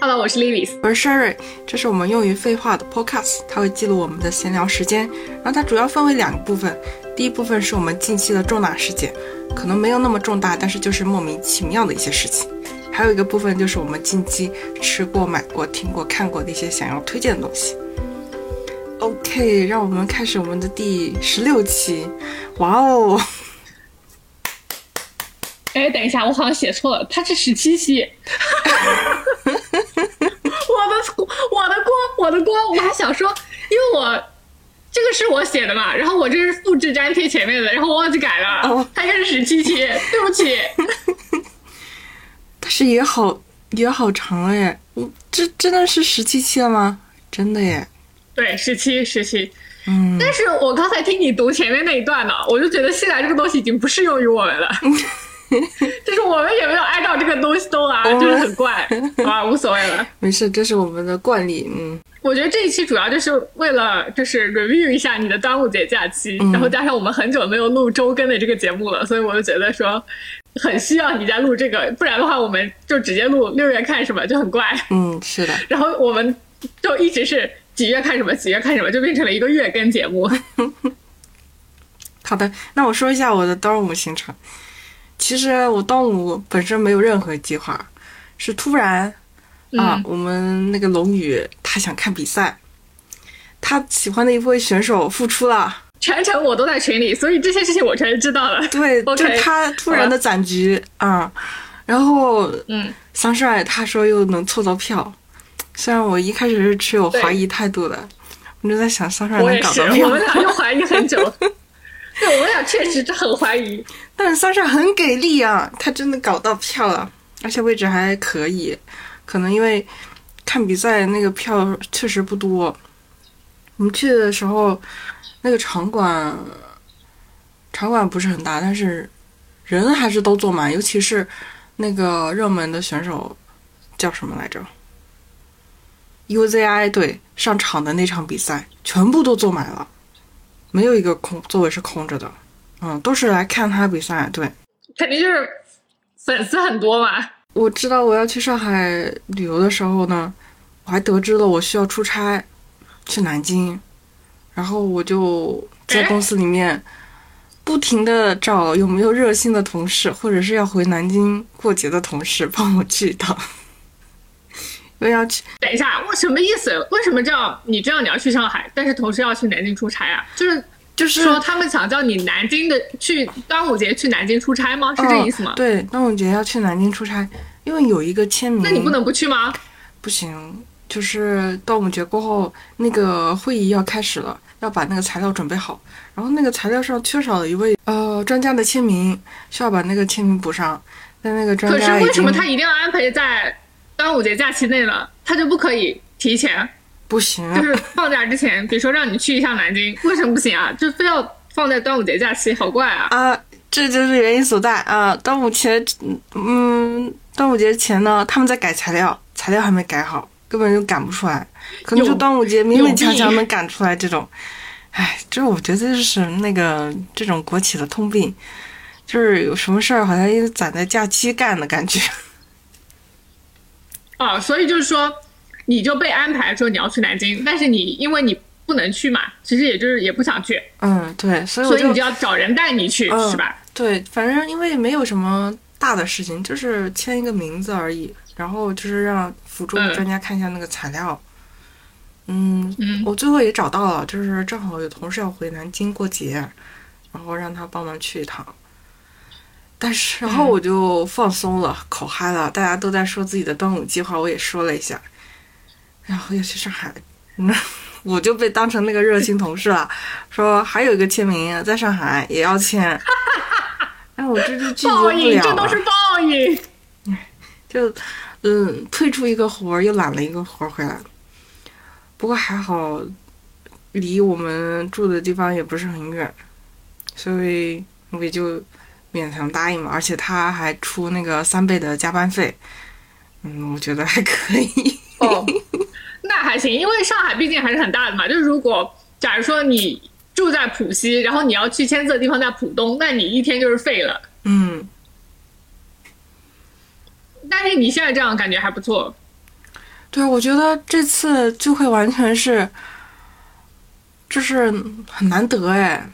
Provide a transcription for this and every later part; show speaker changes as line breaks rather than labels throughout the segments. Hello，我是 Livis。
我是 Sherry，这是我们用于废话的 Podcast，它会记录我们的闲聊时间。然后它主要分为两个部分，第一部分是我们近期的重大事件，可能没有那么重大，但是就是莫名其妙的一些事情。还有一个部分就是我们近期吃过、买过、听过、看过的一些想要推荐的东西。OK，让我们开始我们的第十六期。哇哦，
哎，等一下，我好像写错了，它是十七 期。我的我的锅，我的锅，我还想说，因为我这个是我写的嘛，然后我这是复制粘贴前面的，然后我忘记改了
哦，
它应该是十七期，对不起。
但是也好也好长了耶！嗯，这真的是十七期了吗？真的耶！
对，十七十七。
嗯，
但是我刚才听你读前面那一段呢，我就觉得现在这个东西已经不适用于我们 了，就是我们也没有按照这个东西都啊，
哦
就是很 怪啊，无所谓了。
没事，这是我们的惯例。嗯，
我觉得这一期主要就是为了就是 review 一下你的端午节假期，
嗯
然后加上我们很久没有录周更的这个节目了，所以我就觉得说很需要你在录这个，不然的话我们就直接录六月看什么就很怪。
嗯，是的，
然后我们就一直是几月看什么，几月看什么，就变成了一个月更节目。
好的。那我说一下我的端午行程。其实我端午本身没有任何计划，是突然
嗯
啊，我们那个龙宇他想看比赛，他喜欢的一位选手复出了，
全程我都在群里，所以这些事情我全是知道的。
对
OK，
就他突然的攒局啊、然后
嗯，
桑帅他说又能凑到票，虽然我一开始是持有怀疑态度的，我就在想桑帅
我
能
也
搞
是，
到
我
票
们，俩又怀疑很久。 对，我们俩确实很怀疑。
但是桑帅很给力啊，他真的搞到票了，而且位置还可以，可能因为看比赛那个票确实不多，我们去的时候那个场馆场馆不是很大，但是人还是都坐满，尤其是那个热门的选手叫什么来着？UZI 队上场的那场比赛，全部都坐满了，没有一个空座位是空着的。嗯，都是来看他比赛。对，
肯定就是粉丝很多嘛。
我知道我要去上海旅游的时候呢，我还得知了我需要出差去南京，然后我就在
哎
公司里面不停的找有没有热心的同事，或者是要回南京过节的同事帮我去一趟， 因为要去
等一下，我什么意思？为什么这样？你这样你要去上海，但是同时要去南京出差啊？就是
就是
说他们想叫你南京的去端午节去南京出差吗？是这意思吗
嗯？对，端午节要去南京出差，因为有一个签名，
那你不能不去吗？
不行，就是端午节过后，那个会议要开始了，要把那个材料准备好。然后那个材料上缺少了一位呃专家的签名，需要把那个签名补上。但那个专
可是
家已
为什
经
么他一定要安排在端午节假期内呢？他就不可以提前，
不行，
就是放假之前，比如说让你去一下南京，为什么不行啊？就非要放在端午节假期，好怪啊！
啊，这就是原因所在啊。端午前，嗯，端午节前呢，他们在改材料，材料还没改好，根本就赶不出来，可能
有
就端午节勉
有
勉强
病
强能赶出来这种。哎，这我觉得就是那个这种国企的通病，就是有什么事儿好像又攒在假期干的感觉。
啊，所以就是说，你就被安排说你要去南京，但是你因为你不能去嘛，其实也就是也不想去，
嗯，对，所以我
所以
就
你就要找人带你去，
嗯
是吧？
对，反正因为没有什么大的事情，就是签一个名字而已，然后就是让辅助
嗯
专家看一下那个材料。嗯，
嗯
我最后也找到了，就是正好有同事要回南京过节，然后让他帮忙去一趟。但是，
嗯
然后我就放松了，口嗨了，大家都在说自己的端午计划，我也说了一下，然后又去上海，那 我就被当成那个热心同事了，说还有一个签名在上海也要 签，哎，我这就拒绝不
报应，这
了
都
了
是，报 应。
就嗯，退出一个活儿，又揽了一个活儿回来。不过还好，离我们住的地方也不是很远，所以我也就勉强答应了。而且他还出那个三倍的加班费，嗯，我觉得还可以。
哦，那还行，因为上海毕竟还是很大的嘛。就是如果假如说你住在浦西，然后你要去签字的地方在浦东，那你一天就是废了。
嗯，
但是你现在这样感觉还不错，
对，我觉得这次聚会完全是，就是很难得哎，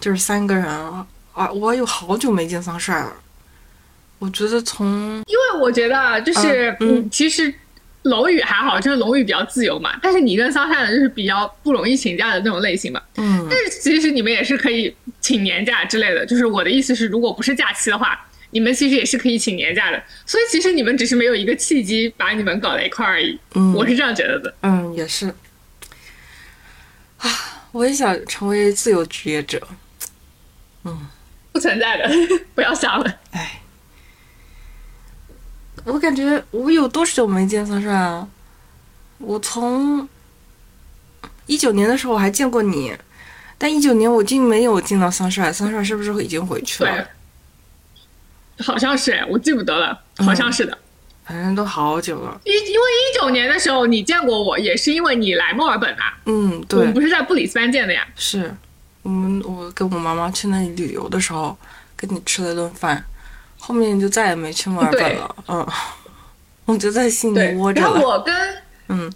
就是三个人啊，我有好久没见桑帅了。我觉得从
因为我觉得啊，就是、
嗯嗯
其实龙宇还好，就是龙宇比较自由嘛，但是你跟桑善就是比较不容易请假的那种类型嘛。
嗯
但是其实你们也是可以请年假之类的，就是我的意思是，如果不是假期的话，你们其实也是可以请年假的。所以其实你们只是没有一个契机把你们搞在一块儿而已，
嗯，
我是这样觉得的。
嗯，也是。啊，啊我也想成为自由职业者。
不存在的， 不要想了。
哎，我感觉我有多久没见桑帅啊？我从一九年的时候我还见过你，但一九年我竟没有见到桑帅。桑帅是不是已经回去
对
了？，
哎好像是，哎我记不得了，好
嗯
像是的。
反正都好久了。
一、因为一九年的时候你见过我，也是因为你来墨尔本啊，
嗯，
我
对
们，不是在布里斯班见的呀。
是我们我跟我妈妈去那里旅游的时候，跟你吃了顿饭，后面就再也没去墨尔本
对
了。嗯， 我就在心
对
里窝，着
然后
了。
我跟
嗯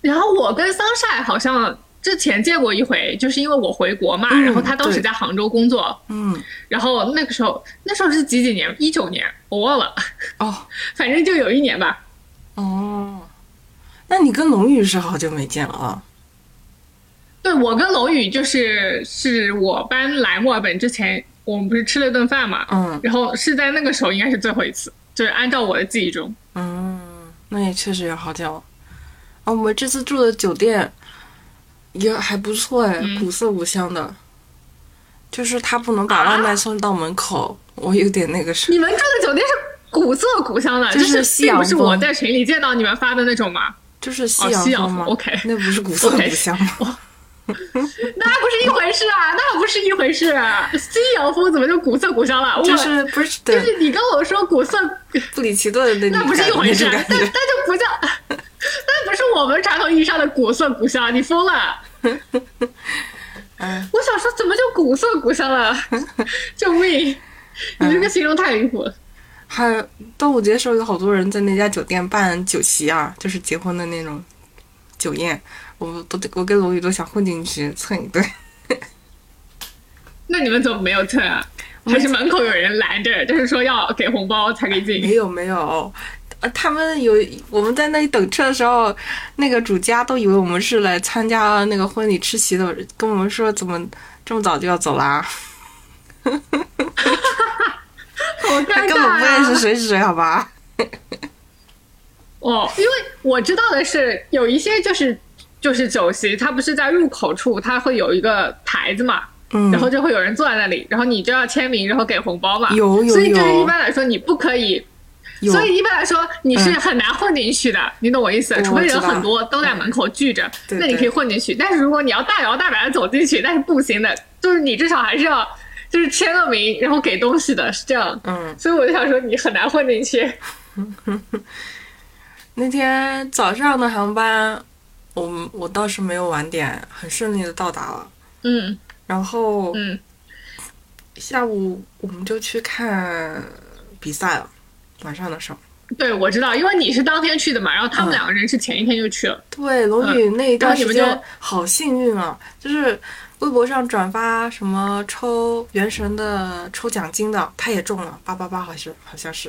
然后我跟桑晒好像之前见过一回，就是因为我回国嘛，
嗯
然后他当时
对
在杭州工作，
嗯，
然后那个时候那时候是几几年？一九年，我忘了，
哦
反正就有一年吧。
哦，那你跟龙宇是好久没见了啊？
对我跟龙宇就是是我搬来墨尔本之前，我们不是吃了顿饭嘛，
嗯
然后是在那个时候应该是最后一次，就是按照我的记忆中，
嗯，那也确实有好久。啊，我们这次住的酒店也还不错哎，
嗯
古色古香的。就是他不能把
啊
外卖送到门口，我有点那个事。
你们住的酒店是古色古香的，
就是
是
西
并
洋
不是我
风
在群里见到你们发的那种嘛，
就是西
哦
洋
西洋
吗、
风，OK
那不 是古色
OK
古香吗？
那不是一回事啊，那不是一回事、啊。西洋风怎么就古色古香了？我
就是不是
就
对
是你跟我说古色，
布里奇顿的
那
那种
不是一回事啊，
感
那那
觉。
就不叫，那不是我们传统意义上的古色古香，你疯了。
嗯
我想说，怎么就古色古香了？救命！你
嗯
这个形容太离谱了。
还有端午节的时候，有好多人在那家酒店办酒席啊，就是结婚的那种酒宴，我都我跟龙宇都想混进去蹭一顿。
那你们怎么没有蹭啊？还是门口有人拦着，就是说要给红包才可以进
没？有没有，呃，他们有我们在那里等车的时候，那个主家都以为我们是来参加那个婚礼吃席的，跟我们说怎么这么早就要走啦、
好
他
尴
根
尬
本不
啊！
认识谁是谁，好吧？
哦，因为我知道的是，有一些就是就是酒席，它不是在入口处，它会有一个牌子嘛，
嗯，
然后就会有人坐在那里，然后你就要签名，然后给红包嘛。
有有
所以就是
有
一般来说你不可以，
有嗯
所以一般来说你是很难混进去的，你懂我意思
哦我？
除非人
知道
很多都在门口聚着，
对
那你
对
可以混进去。但是如果你要大摇大摆的走进去，那是不行的，就是你至少还是要就是签个名，然后给东西的，是这样。
嗯。
所以我就想说你很难混进去。
那天早上的航班，我我倒是没有晚点，很顺利的到达了。
嗯
然后
嗯，
下午我们就去看比赛了，晚上的时候。
对，我知道，因为你是当天去的嘛，然后他们
嗯
两个人是前一天就去了。
对，龙宇那一段
嗯
时
然后你
间
们
好幸运啊，就是微博上转发什么抽原神的抽奖金的，他也中了八八八，好像好像是。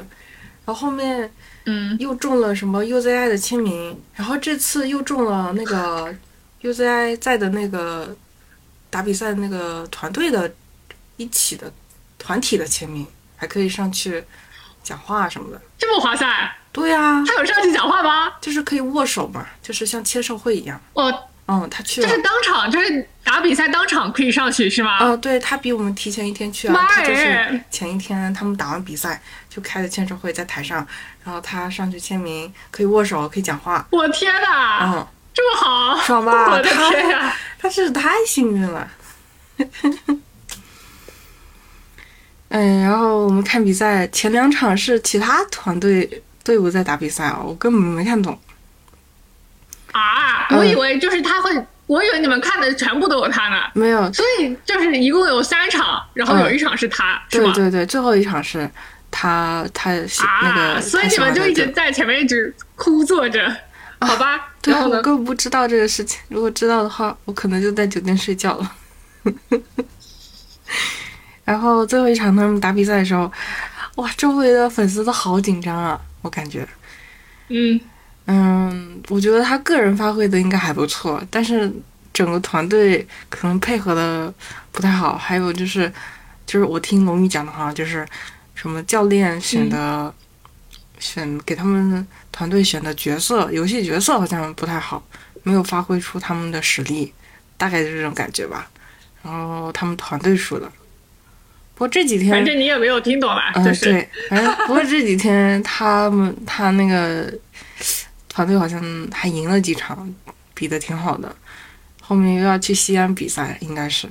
然后后面
嗯，
又中了什么 UZI 的签名，然后这次又中了那 个 UZI 在的那个打比赛的那个团队的一起的团体的签名，还可以上去讲话什么的。
这么划算，
对呀、
他有上去讲话吗？
就是可以握手嘛，就是像签售会一样。
哦，
嗯，他去
就
了。
是当场，就是打比赛当场可以上去是吗？
啊、对他比我们提前一天去啊，
妈
他就是
耶
前一天他们打完比赛就开的签售会，在台上，然后他上去签名，可以握手，可以讲话，
我天哪，
嗯，
这么好，
爽吧？
我的
他
天呀！
啊他真是太幸运了。嗯，然后我们看比赛，前两场是其他团队队伍在打比赛啊，我根本没看懂。
啊，
嗯
我以为就是他会，我以为你们看的全部都有他呢，
没有，
所以就是一共有三场，然后
嗯
有一场是他，是
对
吗？
对对，最后一场是他他喜、
啊，
那个，
所以
他
你
喜欢
们就
的
一直
队伍
在前面一直枯坐着，好吧，
对，
然后
我
呢
根本不知道这个事情。如果知道的话，我可能就在酒店睡觉了。 然后最后一场他们打比赛的时候，哇，周围的粉丝都好紧张啊，我感觉。
嗯，
嗯，我觉得他个人发挥的应该还不错，但是整个团队可能配合的不太好。还有就是，就是我听龙宇讲的话，就是什么教练选的、
嗯
选给他们团队选的角色，游戏角色好像不太好，没有发挥出他们的实力，大概就是这种感觉吧。然后他们团队输了，不过这几天
反正你也没有听懂吧？
嗯，
就是
对，反正不过这几天他 们他那个团队好像还赢了几场，比的挺好的。后面又要去西安比赛，应该是，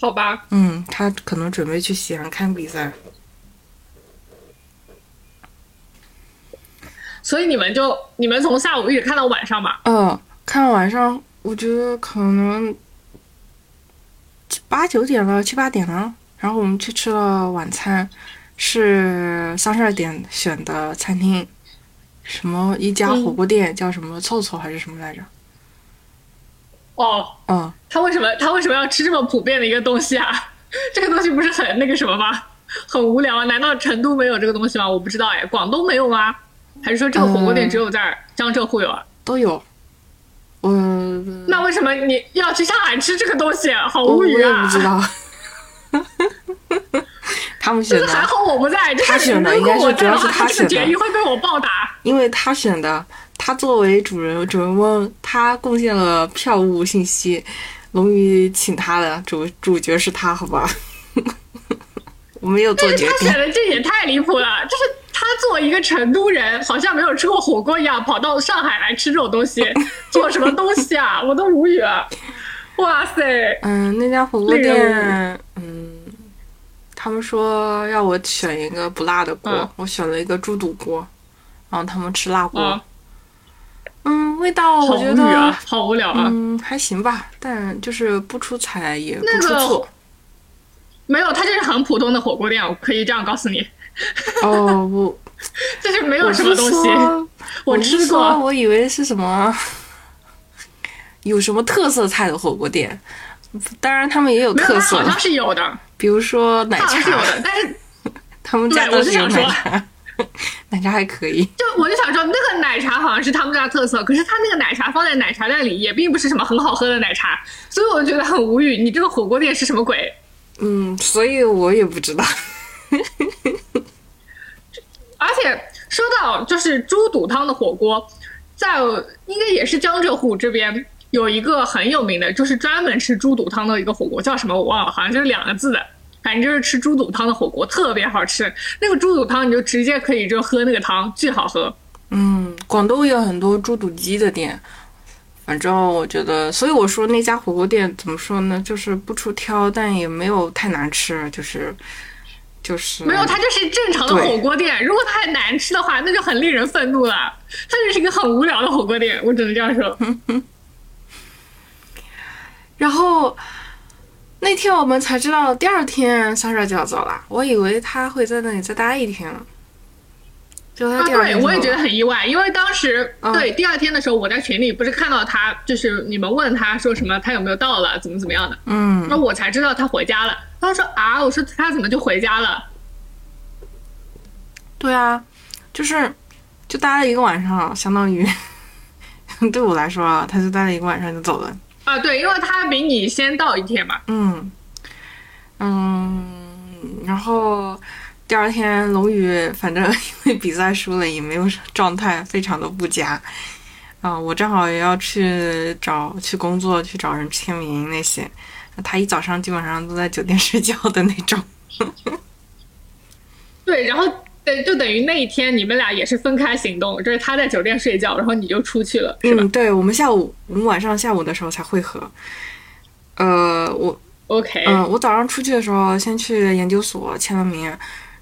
好吧，
嗯，他可能准备去西安看比赛。
所以你们就你们从下午一直看到晚上吧。
嗯，看晚上，我觉得可能八九点了，七八点了。然后我们去吃了晚餐，是三十二点选的餐厅，什么一家火锅店，叫什么凑凑还是什么来着？
哦，
嗯，
他为什么他为什么要吃这么普遍的一个东西啊？ 这个东西不是很那个什么吗？很无聊啊？难道成都没有这个东西吗？我不知道哎，广东没有吗？还是说这个火锅店
嗯
只有在儿江浙沪有啊？
都有。我
那为什么你要去上海吃这个东西？好
我
无
我
语
也
啊！
不知道， 他们选
就是还
的，
好我不在，就是
他选的
如
应该
果
是
我
主
在
要
的
是
话，
他
这个
选的
决议会被我暴打。
因为他选的，他作为主人主人翁，他贡献了票务信息。龙宇请他的主主角是他，好吧？ 我没有做
但是
决
他
定
选，的这也太离谱了，就是他作为一个成都人，好像没有吃过火锅一样，跑到上海来吃这种东 西，做什么东西啊？我都无语了。哇塞，
嗯，那家火锅
令
店
人，
嗯，他们说要我选一个不辣的锅，
嗯
我选了一个猪肚锅，然后他们吃辣锅，
啊，
嗯，味道
好
我觉
无
得、
语啊，好无聊啊！
嗯，还行吧，但就是不出彩也不
那
出
个
错。
没有，他就是很普通的火锅店，我可以这样告诉你，
哦，我
就是没
我
有什么
是
东西。
说，我
吃
是
过
说我以为是什么有什么特色菜的火锅店，当然他们也有
没有，
特
他
色
好，像是有的，
比如说奶
他好像是有
茶，
的，但是
他们
对
家
我
都
是
是有
想
奶
说
茶， 奶茶还可以。
就我就想说，那个奶茶好像是他们家特色，可是他那个奶茶放在奶茶店里也并不是什么很好喝的奶茶，所以我就觉得很无语。你这个火锅店是什么鬼？
嗯，所以我也不知道。
而且说到就是猪肚汤的火锅，在应该也是江浙沪这边有一个很有名的，就是专门吃猪肚汤的一个火锅，叫什么我忘了，好像就是两个字的。反正就是吃猪肚汤的火锅，特别好吃。那个猪肚汤你就直接可以就喝那个汤，巨好喝。
嗯，广东也有很多猪肚鸡的店，反正我觉得，所以我说那家火锅店怎么说呢，就是不出挑，但也没有太难吃，啊就是就是
没有，它就是正常的
嗯对
火锅店。如果它很难吃的话，那就很令人愤怒了。它就是一个很无聊的火锅店，我只能这样说。
然后那天我们才知道，第二天莎莎就要走了，我以为她会在那里再待一天了，就她
啊，
第二
对，
天就走了、
我也觉得很意外，因为当时、
嗯
对第二天的时候，我在群里不是看到他，就是你们问他说什么，他有没有到了，怎么怎么样的，
嗯，
那我才知道他回家了。他说啊，我说他怎么就回家了？
对啊，就是就待了一个晚上，相当于 对我来说啊，她就待了一个晚上就走了。
啊，对，因为他比你先到一天嘛。
嗯，嗯，然后第二天龙宇反正因为比赛输了，也没有状态，非常的不佳。啊、我正好也要去找去工作，去找人签名那些。他一早上基本上都在酒店睡觉的那种。
对，然后对，就等于那一天你们俩也是分开行动，就是他在酒店睡觉，然后你就出去了，是吧、
嗯，对，我们下午，我们晚上下午的时候才会合。呃，我
o k
嗯，我早上出去的时候，先去研究所签了名，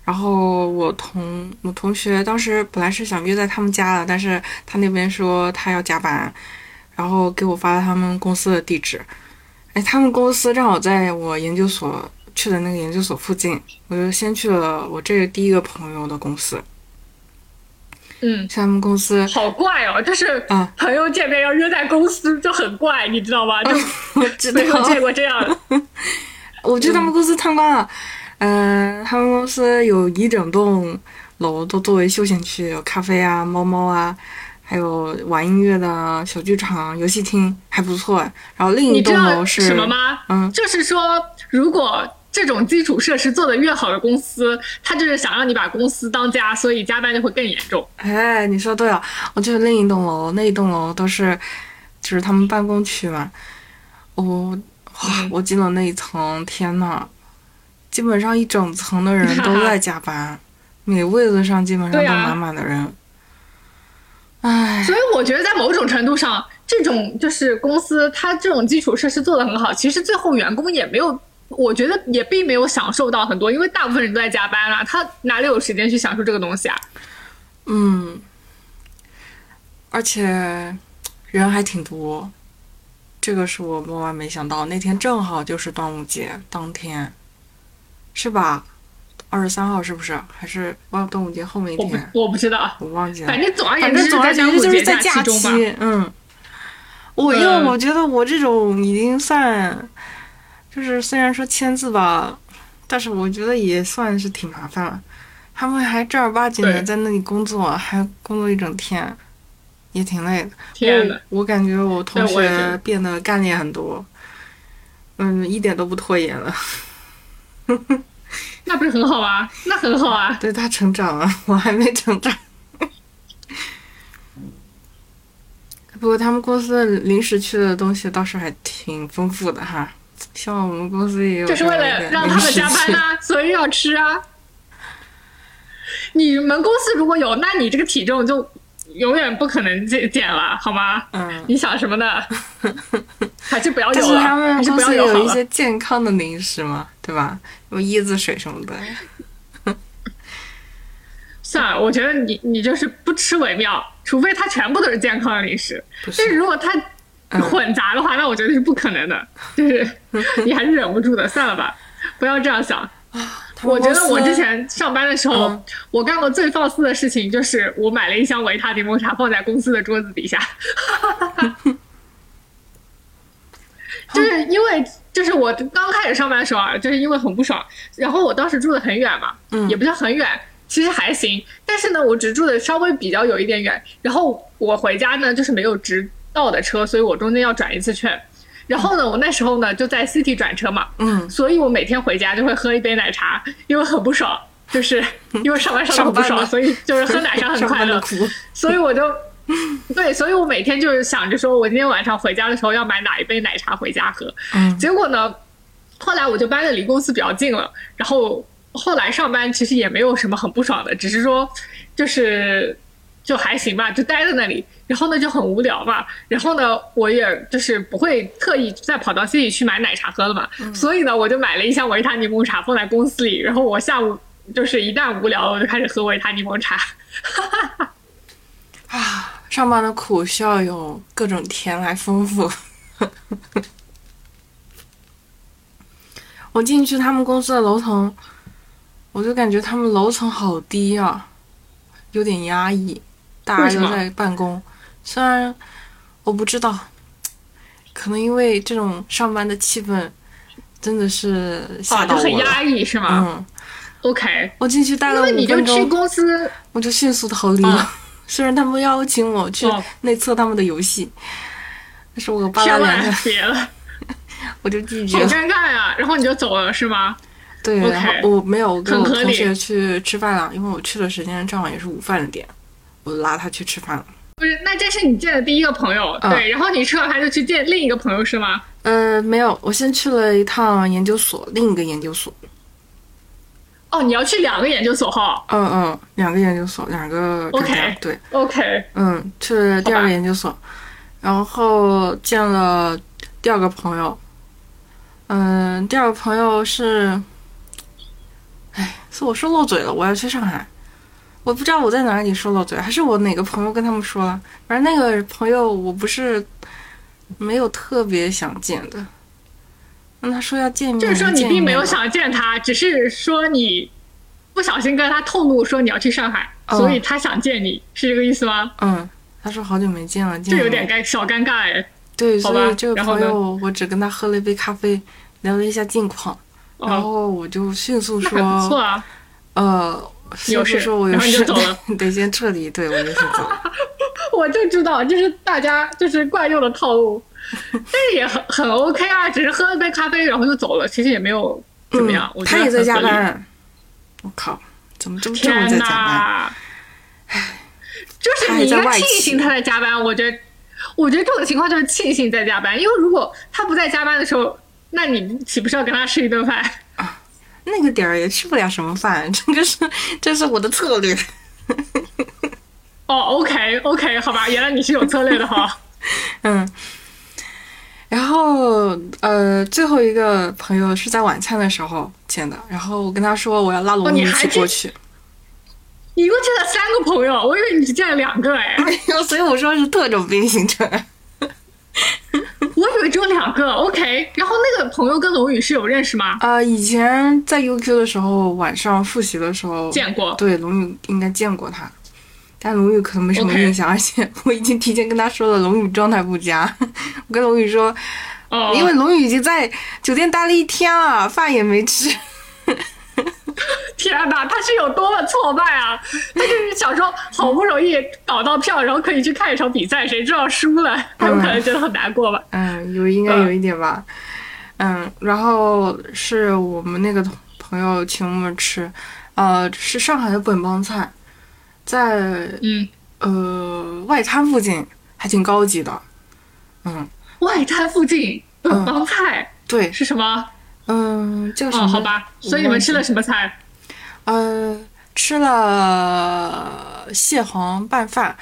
然后我同我同学当时本来是想约在他们家的，但是他那边说他要加班，然后给我发了他们公司的地址。哎，他们公司正好在我研究所去的那个研究所附近，我就先去了我这个第一个朋友的公司。
嗯，
像他们公司
好怪哦，就是
啊
朋友见面要约在公司就很怪，你知道吗？
嗯
就
我知道
没，有见过这样的。
我去他们公司参观了，嗯、他们公司有一整栋楼都作为休闲区，有咖啡啊、猫猫啊，还有玩音乐的小剧场、游戏厅，还不错。啊然后另一
你知
栋
道
楼是
什么？吗？
嗯
就是说，如果这种基础设施做得越好的公司，他就是想让你把公司当家，所以加班就会更严重。
哎，你说对了，我去另一栋楼，那一栋楼都是就是他们办公区嘛。我哇，
嗯
我进了那一层，天呐，基本上一整层的人都在加班，每位子上基本上
对
都
啊
满满的人。唉，
所以我觉得，在某种程度上，这种就是公司它这种基础设施做得很好，其实最后员工也没有。我觉得也并没有享受到很多，因为大部分人都在加班啊，他哪里有时间去享受这个东西啊？
嗯，而且人还挺多，这个是我万万没想到。那天正好就是端午节当天，是吧？二十三号是不是？还是忘端午节后面一
我不
天？
我不知道，
我忘记了。
反正总而言
反
之
正
是
总
在
而言
端
之
午
就是在
假
假
中吧。
期，嗯。我因为
嗯
我觉得我这种已经算，就是虽然说签字吧，但是我觉得也算是挺麻烦了。他们还正儿八经的
对
在那里工作，还工作一整天，也挺累的。
天哪！
我我感觉我同
对我也觉得
学变得干练很多，嗯，一点都不拖延了。
那不是很好吗？那很好啊。
对他成长了，我还没成长。不过他们公司的临时区的东西倒是还挺丰富的哈，像我们公司也有
就是
这
为
样
了
一个
让他
临
们
时
加班
区
呐、所以要吃啊。你们公司如果有，那你这个体重就永远不可能减减了，好吗？
嗯，
你想什么呢？还是不要
但
有
是
了，
他们
还是
公
不要
司也
有好
有一
了。
些健康的零食嘛，对吧？有椰子水什么的。
算了，我觉得你你就是不吃为妙，除非它全部都是健康的零食。
不
但是
是，
如果它混杂的话，那我觉得是不可能的，就是你还是忍不住的。算了吧，不要这样想。
他们
我觉得
公司
我之前上班的时候，
嗯
我干过最放肆的事情就是我买了一箱维他柠檬茶放在公司的桌子底 下，就是因为就是我刚开始上班的时候啊，就是因为很不爽，然后我当时住的很远嘛，
嗯
也不叫很远。其实还行，但是呢，我只住的稍微比较有一点远，然后我回家呢就是没有直道的车，所以我中间要转一次圈。然后呢，我那时候呢就在 City 转车嘛，
嗯，
所以我每天回家就会喝一杯奶茶，因为很不爽，就是因为上班上的很不
上班
爽，
的
所以就是喝奶茶很
上
快
班的
乐，
苦，
所以我就。对，所以我每天就是想着说，我今天晚上回家的时候要买哪一杯奶茶回家喝。
嗯
结果呢，后来我就搬的离公司比较近了，然后后来上班其实也没有什么很不爽的，只是说就是就还行吧，就待在那里，然后呢就很无聊嘛，然后呢我也就是不会特意再跑到 C 里去买奶茶喝了嘛，所以呢我就买了一箱维他柠檬茶放在公司里，然后我下午就是一旦无聊了我就开始喝维他柠檬茶，
啊，上班的苦需要有各种甜来丰富。 我进去他们公司的楼层，我就感觉他们楼层好低啊，有点压抑，大
为
家
什
都
么
在办公。虽然我不知道，可能因为这种上班的气氛真的是吓
啊
到
就
我
很
了。
压抑是吗、
嗯，
o k
我进去待了
因为你
五
就
分
去
钟，
公司
我就迅速逃离了。
嗯
虽然他们邀请我去
哦
内测他们的游戏，但是哦我扒拉
千
两
万
下
别 了，
我就拒绝
好
了。
尴尬呀、然后你就走了是吗？
对
OK
然后我没有我跟我
很合理
同学去吃饭了，因为我去的时间正好也是午饭的点，我拉他去吃饭了。
不是，那这是你见的第一个朋友，
嗯
对，然后你吃完饭就去见另一个朋友是吗？
呃，没有，我先去了一趟研究所，另一个研究所，
哦，你要去两个研究所哈
嗯嗯，两个研究所，两个专
OK
家对，
，OK，
嗯，去了第二
好
个
吧
研究所，然后见了第二个朋友。嗯，第二个朋友是，哎，是我说漏嘴了，我要去上海，我不知道我在哪里说漏嘴，还是我哪个朋友跟他们说了。反正那个朋友我不是没有特别想见的，那他说要见面，
就是说你
见
并没
面
有
吧
想见他，只是说你不小心跟他透露说你要去上海，所以他想见你，是这个意思吗？
嗯，他说好久没见了，
这
这
有点尴小尴尬哎。
对，
好
所
吧
以这个
然后
朋
呢
友我只跟他喝了一杯咖啡，聊了一下近况，
哦
然后我就迅速
那还不错
说，
啊，
呃，迅
有
速
事
说我有
然后你就
事
走了，
得先撤离，对我就先走了。
我就知道这是大家就是惯用的套 路，但是也很很 OK 啊，只是喝了杯咖啡然后就走了，其实也没有 怎么样。我
嗯他
觉得
也在
很合
加
理，
班，我靠，怎么这么这么在
天
加班？
呐，就是
他
你
也
一
在
个
外
庆
企
幸他在加班，我觉得，我觉得这种情况就是庆幸在加班，因为如果他不在加班的时候，那你岂不是要跟他吃一顿饭？
那个点儿也吃不了什么饭，这个是这是我的策略。
哦，OK OK，好吧，原来你是有策略的 哈。
嗯，然后呃，最后一个朋友是在晚餐的时候见的，然后我跟他说我要拉
哦
拢
你
一
还
起
去
过去，
你一共见了三个朋友，我以为你只见了两个哎，
然后 所以我说是特种兵行程。
我以为只有两个。OK，然后那个朋友跟龙宇是有认识吗？
呃，以前在 UQ 的时候，晚上复习的时候
见过
对龙宇应该见过他，但龙宇可能没什么
OK
印象而且 我已经提前跟他说了，龙宇状态不佳。我跟龙宇说，
哦，
因为龙宇已经在酒店待了一天了，饭也没吃。
天哪，他是有多么挫败啊！他就是想说，好不容易搞到票，然后可以去看一场比赛，谁知道输了，他有可能觉得很难过吧？
嗯，有应该
嗯
有一点吧。嗯，然后是我们那个同朋友请我们吃，呃，是上海的本帮菜，在
嗯，
呃外滩附近，还挺高级的。嗯，
外滩附近本帮菜、
对，
是什么？
嗯，叫什么？
哦，好吧，所以你们吃了什么菜？
呃，吃了蟹黄拌饭，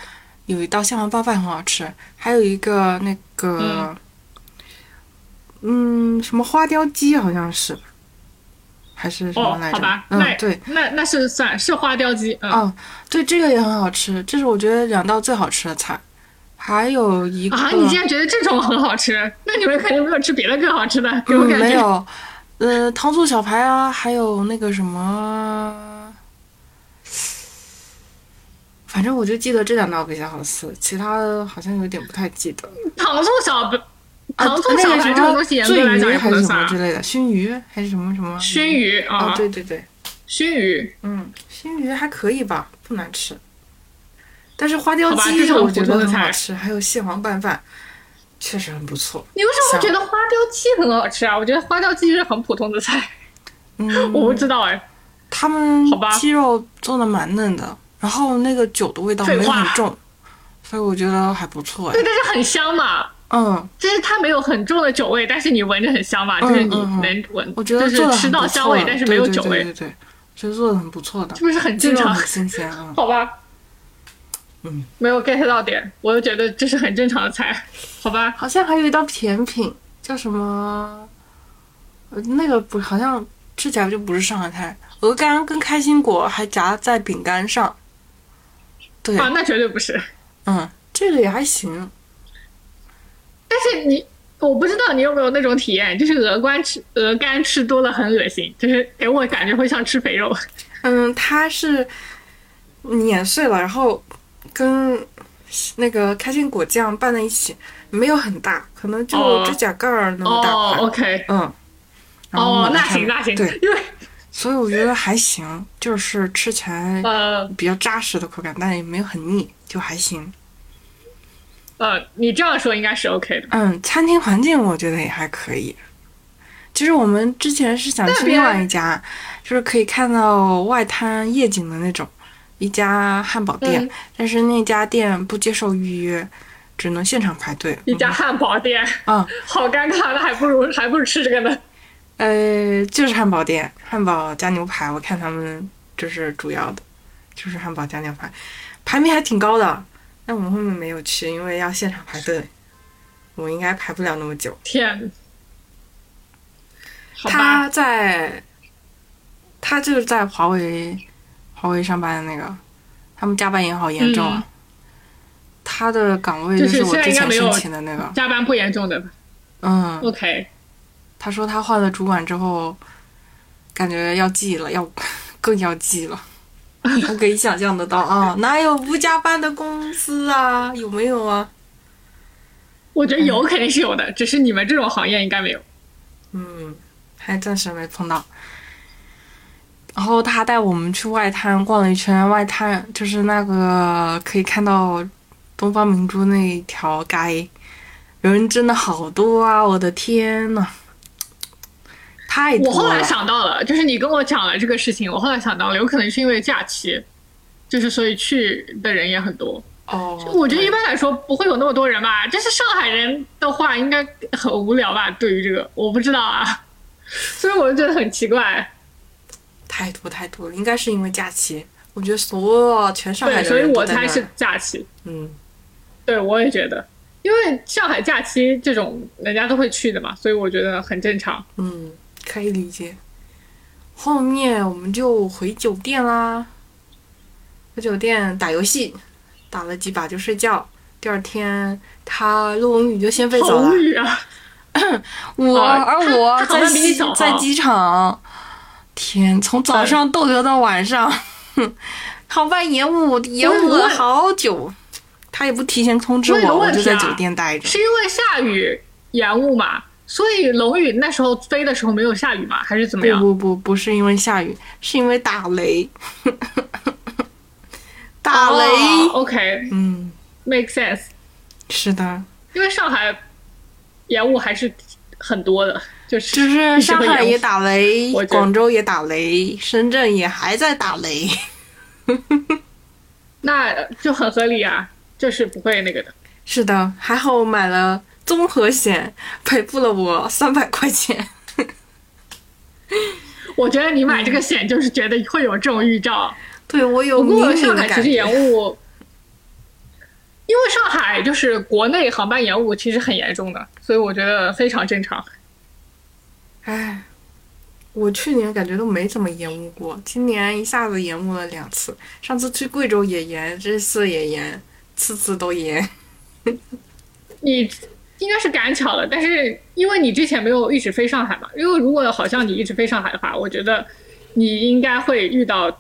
有一道蟹黄拌饭很好吃，还有一个那个，嗯什么花雕鸡好像是，还是什么
哦
来，着？
好吧，那
嗯，对，
那那是算是花雕鸡，嗯，
哦，对，这个也很好吃，这是我觉得两道最好吃的菜。还有一个
啊，你竟然觉得这种很好吃？那你们肯定没有吃别的更好吃的，给我
嗯
感
没
觉。
有，呃，糖醋小排啊，还有那个什么，反正我就记得这两道比较好吃，其他的好像有点不太记得。
糖醋小白，
啊，
糖醋
那
小
个什
白
么
这种东西严格
醉
来讲
鱼
也不
还是
能
什
算
么
啊
之类的，熏鱼还是什么什么
熏鱼
啊？
啊，
对对对，
熏鱼，
嗯，熏鱼还可以吧，不难吃。但是花雕
好吧这
鸡
是很
我
普
觉得
通的
很好
菜
吃，还有蟹黄拌饭，确实很不错。
你为什么会
像
觉得花雕鸡很好吃啊？我觉得花雕鸡是很普通的菜，
嗯，
我不知道哎。
他们
好吧
鸡肉做的蛮嫩的，然后那个酒的味道没有
废话
很重，所以我觉得还不错哎
对，。但是很香嘛，
嗯，
就是它没有很重的酒味，但是你闻着很香嘛，
嗯
就是你
嗯嗯
能闻，
我觉得
就是
做的
吃
很
到
不
香
错
味
的，，
但是没有
对
酒
对
味，
对对对，觉得做的很不错的
是，不是很
鸡
正
肉
常？
很新鲜啊。
好吧，
嗯，
没有 get 到点，我就觉得这是很正常的菜，好吧？
好像还有一道甜品叫什么？呃那个不好像吃起来就不是上海菜，鹅肝跟开心果还夹在饼干上。对，
啊，那绝对不是。
嗯，这个也还行。
但是你，我不知道你有没有那种体验，就是鹅肝吃鹅肝吃多了很恶心，就是给我感觉会像吃肥肉。
嗯，它是碾碎了，然后跟那个开心果酱拌在一起，没有很大，可能就
哦
指甲盖儿那么大
哦
块。
，OK，
嗯，然后
哦，
抹在
那
上
行
面
那行
对，，
因为
所以我觉得还行，就是吃起来
呃
比较扎实的口感，但也没有很腻，就还行。
呃，你这样说应该是 OK 的。
嗯，餐厅环境我觉得也还可以。其实我们之前是想去
边
另外一家，就是可以看到外滩夜景的那种，一家汉堡店，
嗯
但是那家店不接受预约，只能现场排队。
一家汉堡店，
嗯，
好尴尬，那还不如还不如吃这个呢。
呃，就是汉堡店，汉堡加牛排，我看他们就是主要的，就是汉堡加牛排，排名还挺高的。但我们后面没有去，因为要现场排队，我应该排不了那么久。
天，好吧，
他在，他就是在华为，华为上班的那个，他们加班也好严重啊。
嗯
他的岗位
就
就是是我
现在应该
之前
没有哦
申请的那个，
加班不严重的吧
嗯，
，OK，
他说他 换了主管之后，感觉要记了，要 更要记了。我可以想象得到啊，哪有不加班的公司啊？有没有啊？
我觉得有肯定是有的，只是你们这种行业应该没有。
嗯，还暂时没碰到。然后他带我们去外滩逛了一圈，外滩就是那个可以看到东方明珠那条街，人真的好多啊！我的天呐，太多
我
了。
后来想到了，就是你跟我讲了这个事情，我后来想到了，有可能是因为假期，就是所以去的人也很多。
哦，
我觉得一般来说不会有那么多人吧，但是上海人的话应该很无聊吧？对于这个，我不知道啊， 所以我就觉得很奇怪。
太多太多了，应该是因为假期。我觉得所有全上海
对，
的
所以
人
我
都在
猜
那
是
儿
假期。
嗯，
对，我也觉得，因为上海假期这种人家都会去的嘛，所以我觉得很正常。
嗯，可以理解。后面我们就回酒店啦，回酒店打游戏，打了几把就睡觉。第二天他陆文宇就先飞
好
走了
无，语啊！
我
啊
而
他
我
他好
在
像比你啊
西
小哈
在机场，天，从早上逗留到晚上， 哼航班延误延
不是
误了
我
好久，他也不提前通知
我有个
我，我
问
就
题
在
啊
酒店待着。
是因为下雨延误嘛？所以龙宇那时候飞的时候没有下雨嘛？还是怎么样？
不不不，不是因为下雨，是因为打雷。 打雷，
o k
嗯，
m a k e 哦 sense。
是的，
因为上海延误还是很多的，就是
就
一
是
直
上
会
海
延误
也打雷
我，觉得
广州也打雷，深圳也还在打雷。
那就很合理啊，就是不会那个的。
是的，还好我买了综合险，赔付了我三百块钱。
我觉得你买这个险就是觉得会有这种预兆。
对我嗯有
不
迷
过
你
上
的
海其
感
实延
觉。
误，因为上海就是国内航班延误其实很严重的，所以我觉得非常正常。
哎，我去年感觉都没怎么延误过，今年一下子延误了两次。上次去贵州也延，这次也延，次次都延。
你应该是赶巧了，但是因为你之前没有一直飞上海嘛，因为如果好像你一直飞上海的话，我觉得你应该会遇到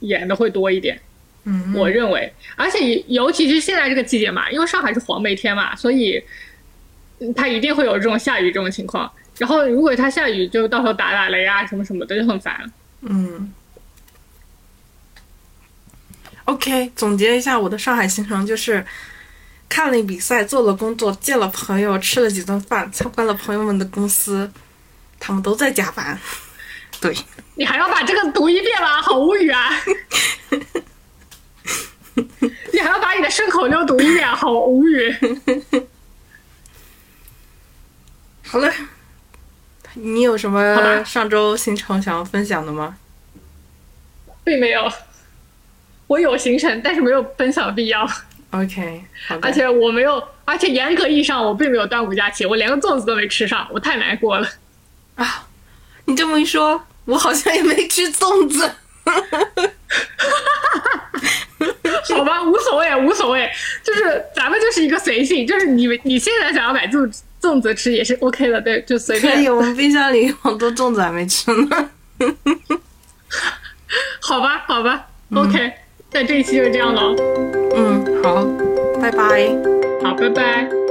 演的会多一点。
嗯，
我认为，而且尤其是现在这个季节嘛，因为上海是黄梅天嘛，所以嗯它一定会有这种下雨这种情况。然后如果它下雨，就到时候打打雷啊什么什么的，就很烦。
嗯。OK，总结一下我的上海行程就是：看了比赛，做了工作，见了朋友，吃了几顿饭，参观了朋友们的公司，他们都在加 班。对，
你还要把这个读一遍吗？好无语 啊！你还要把你的顺口溜读一遍，好无语。
好了，你有什
好
么
吧
上周行程想要分享的吗？
并没有，我有行程，但是没有分享必要，
OK，好的，
而且我没有，而且严格意义上我并没有端午假期，我连个粽子都没吃上，我太难过了。
啊，你这么一说，我好像也没吃粽子。
好吧，无所谓，无所谓，就是咱们就是一个随性，就是你你现在想要买粽子粽子吃也是 OK 的， 对，就随
可以，
便，
我们冰箱里有好多粽子还没吃呢。
好吧，好吧，OK，那这一期就是这样了，
嗯，好，拜拜。
好，拜拜。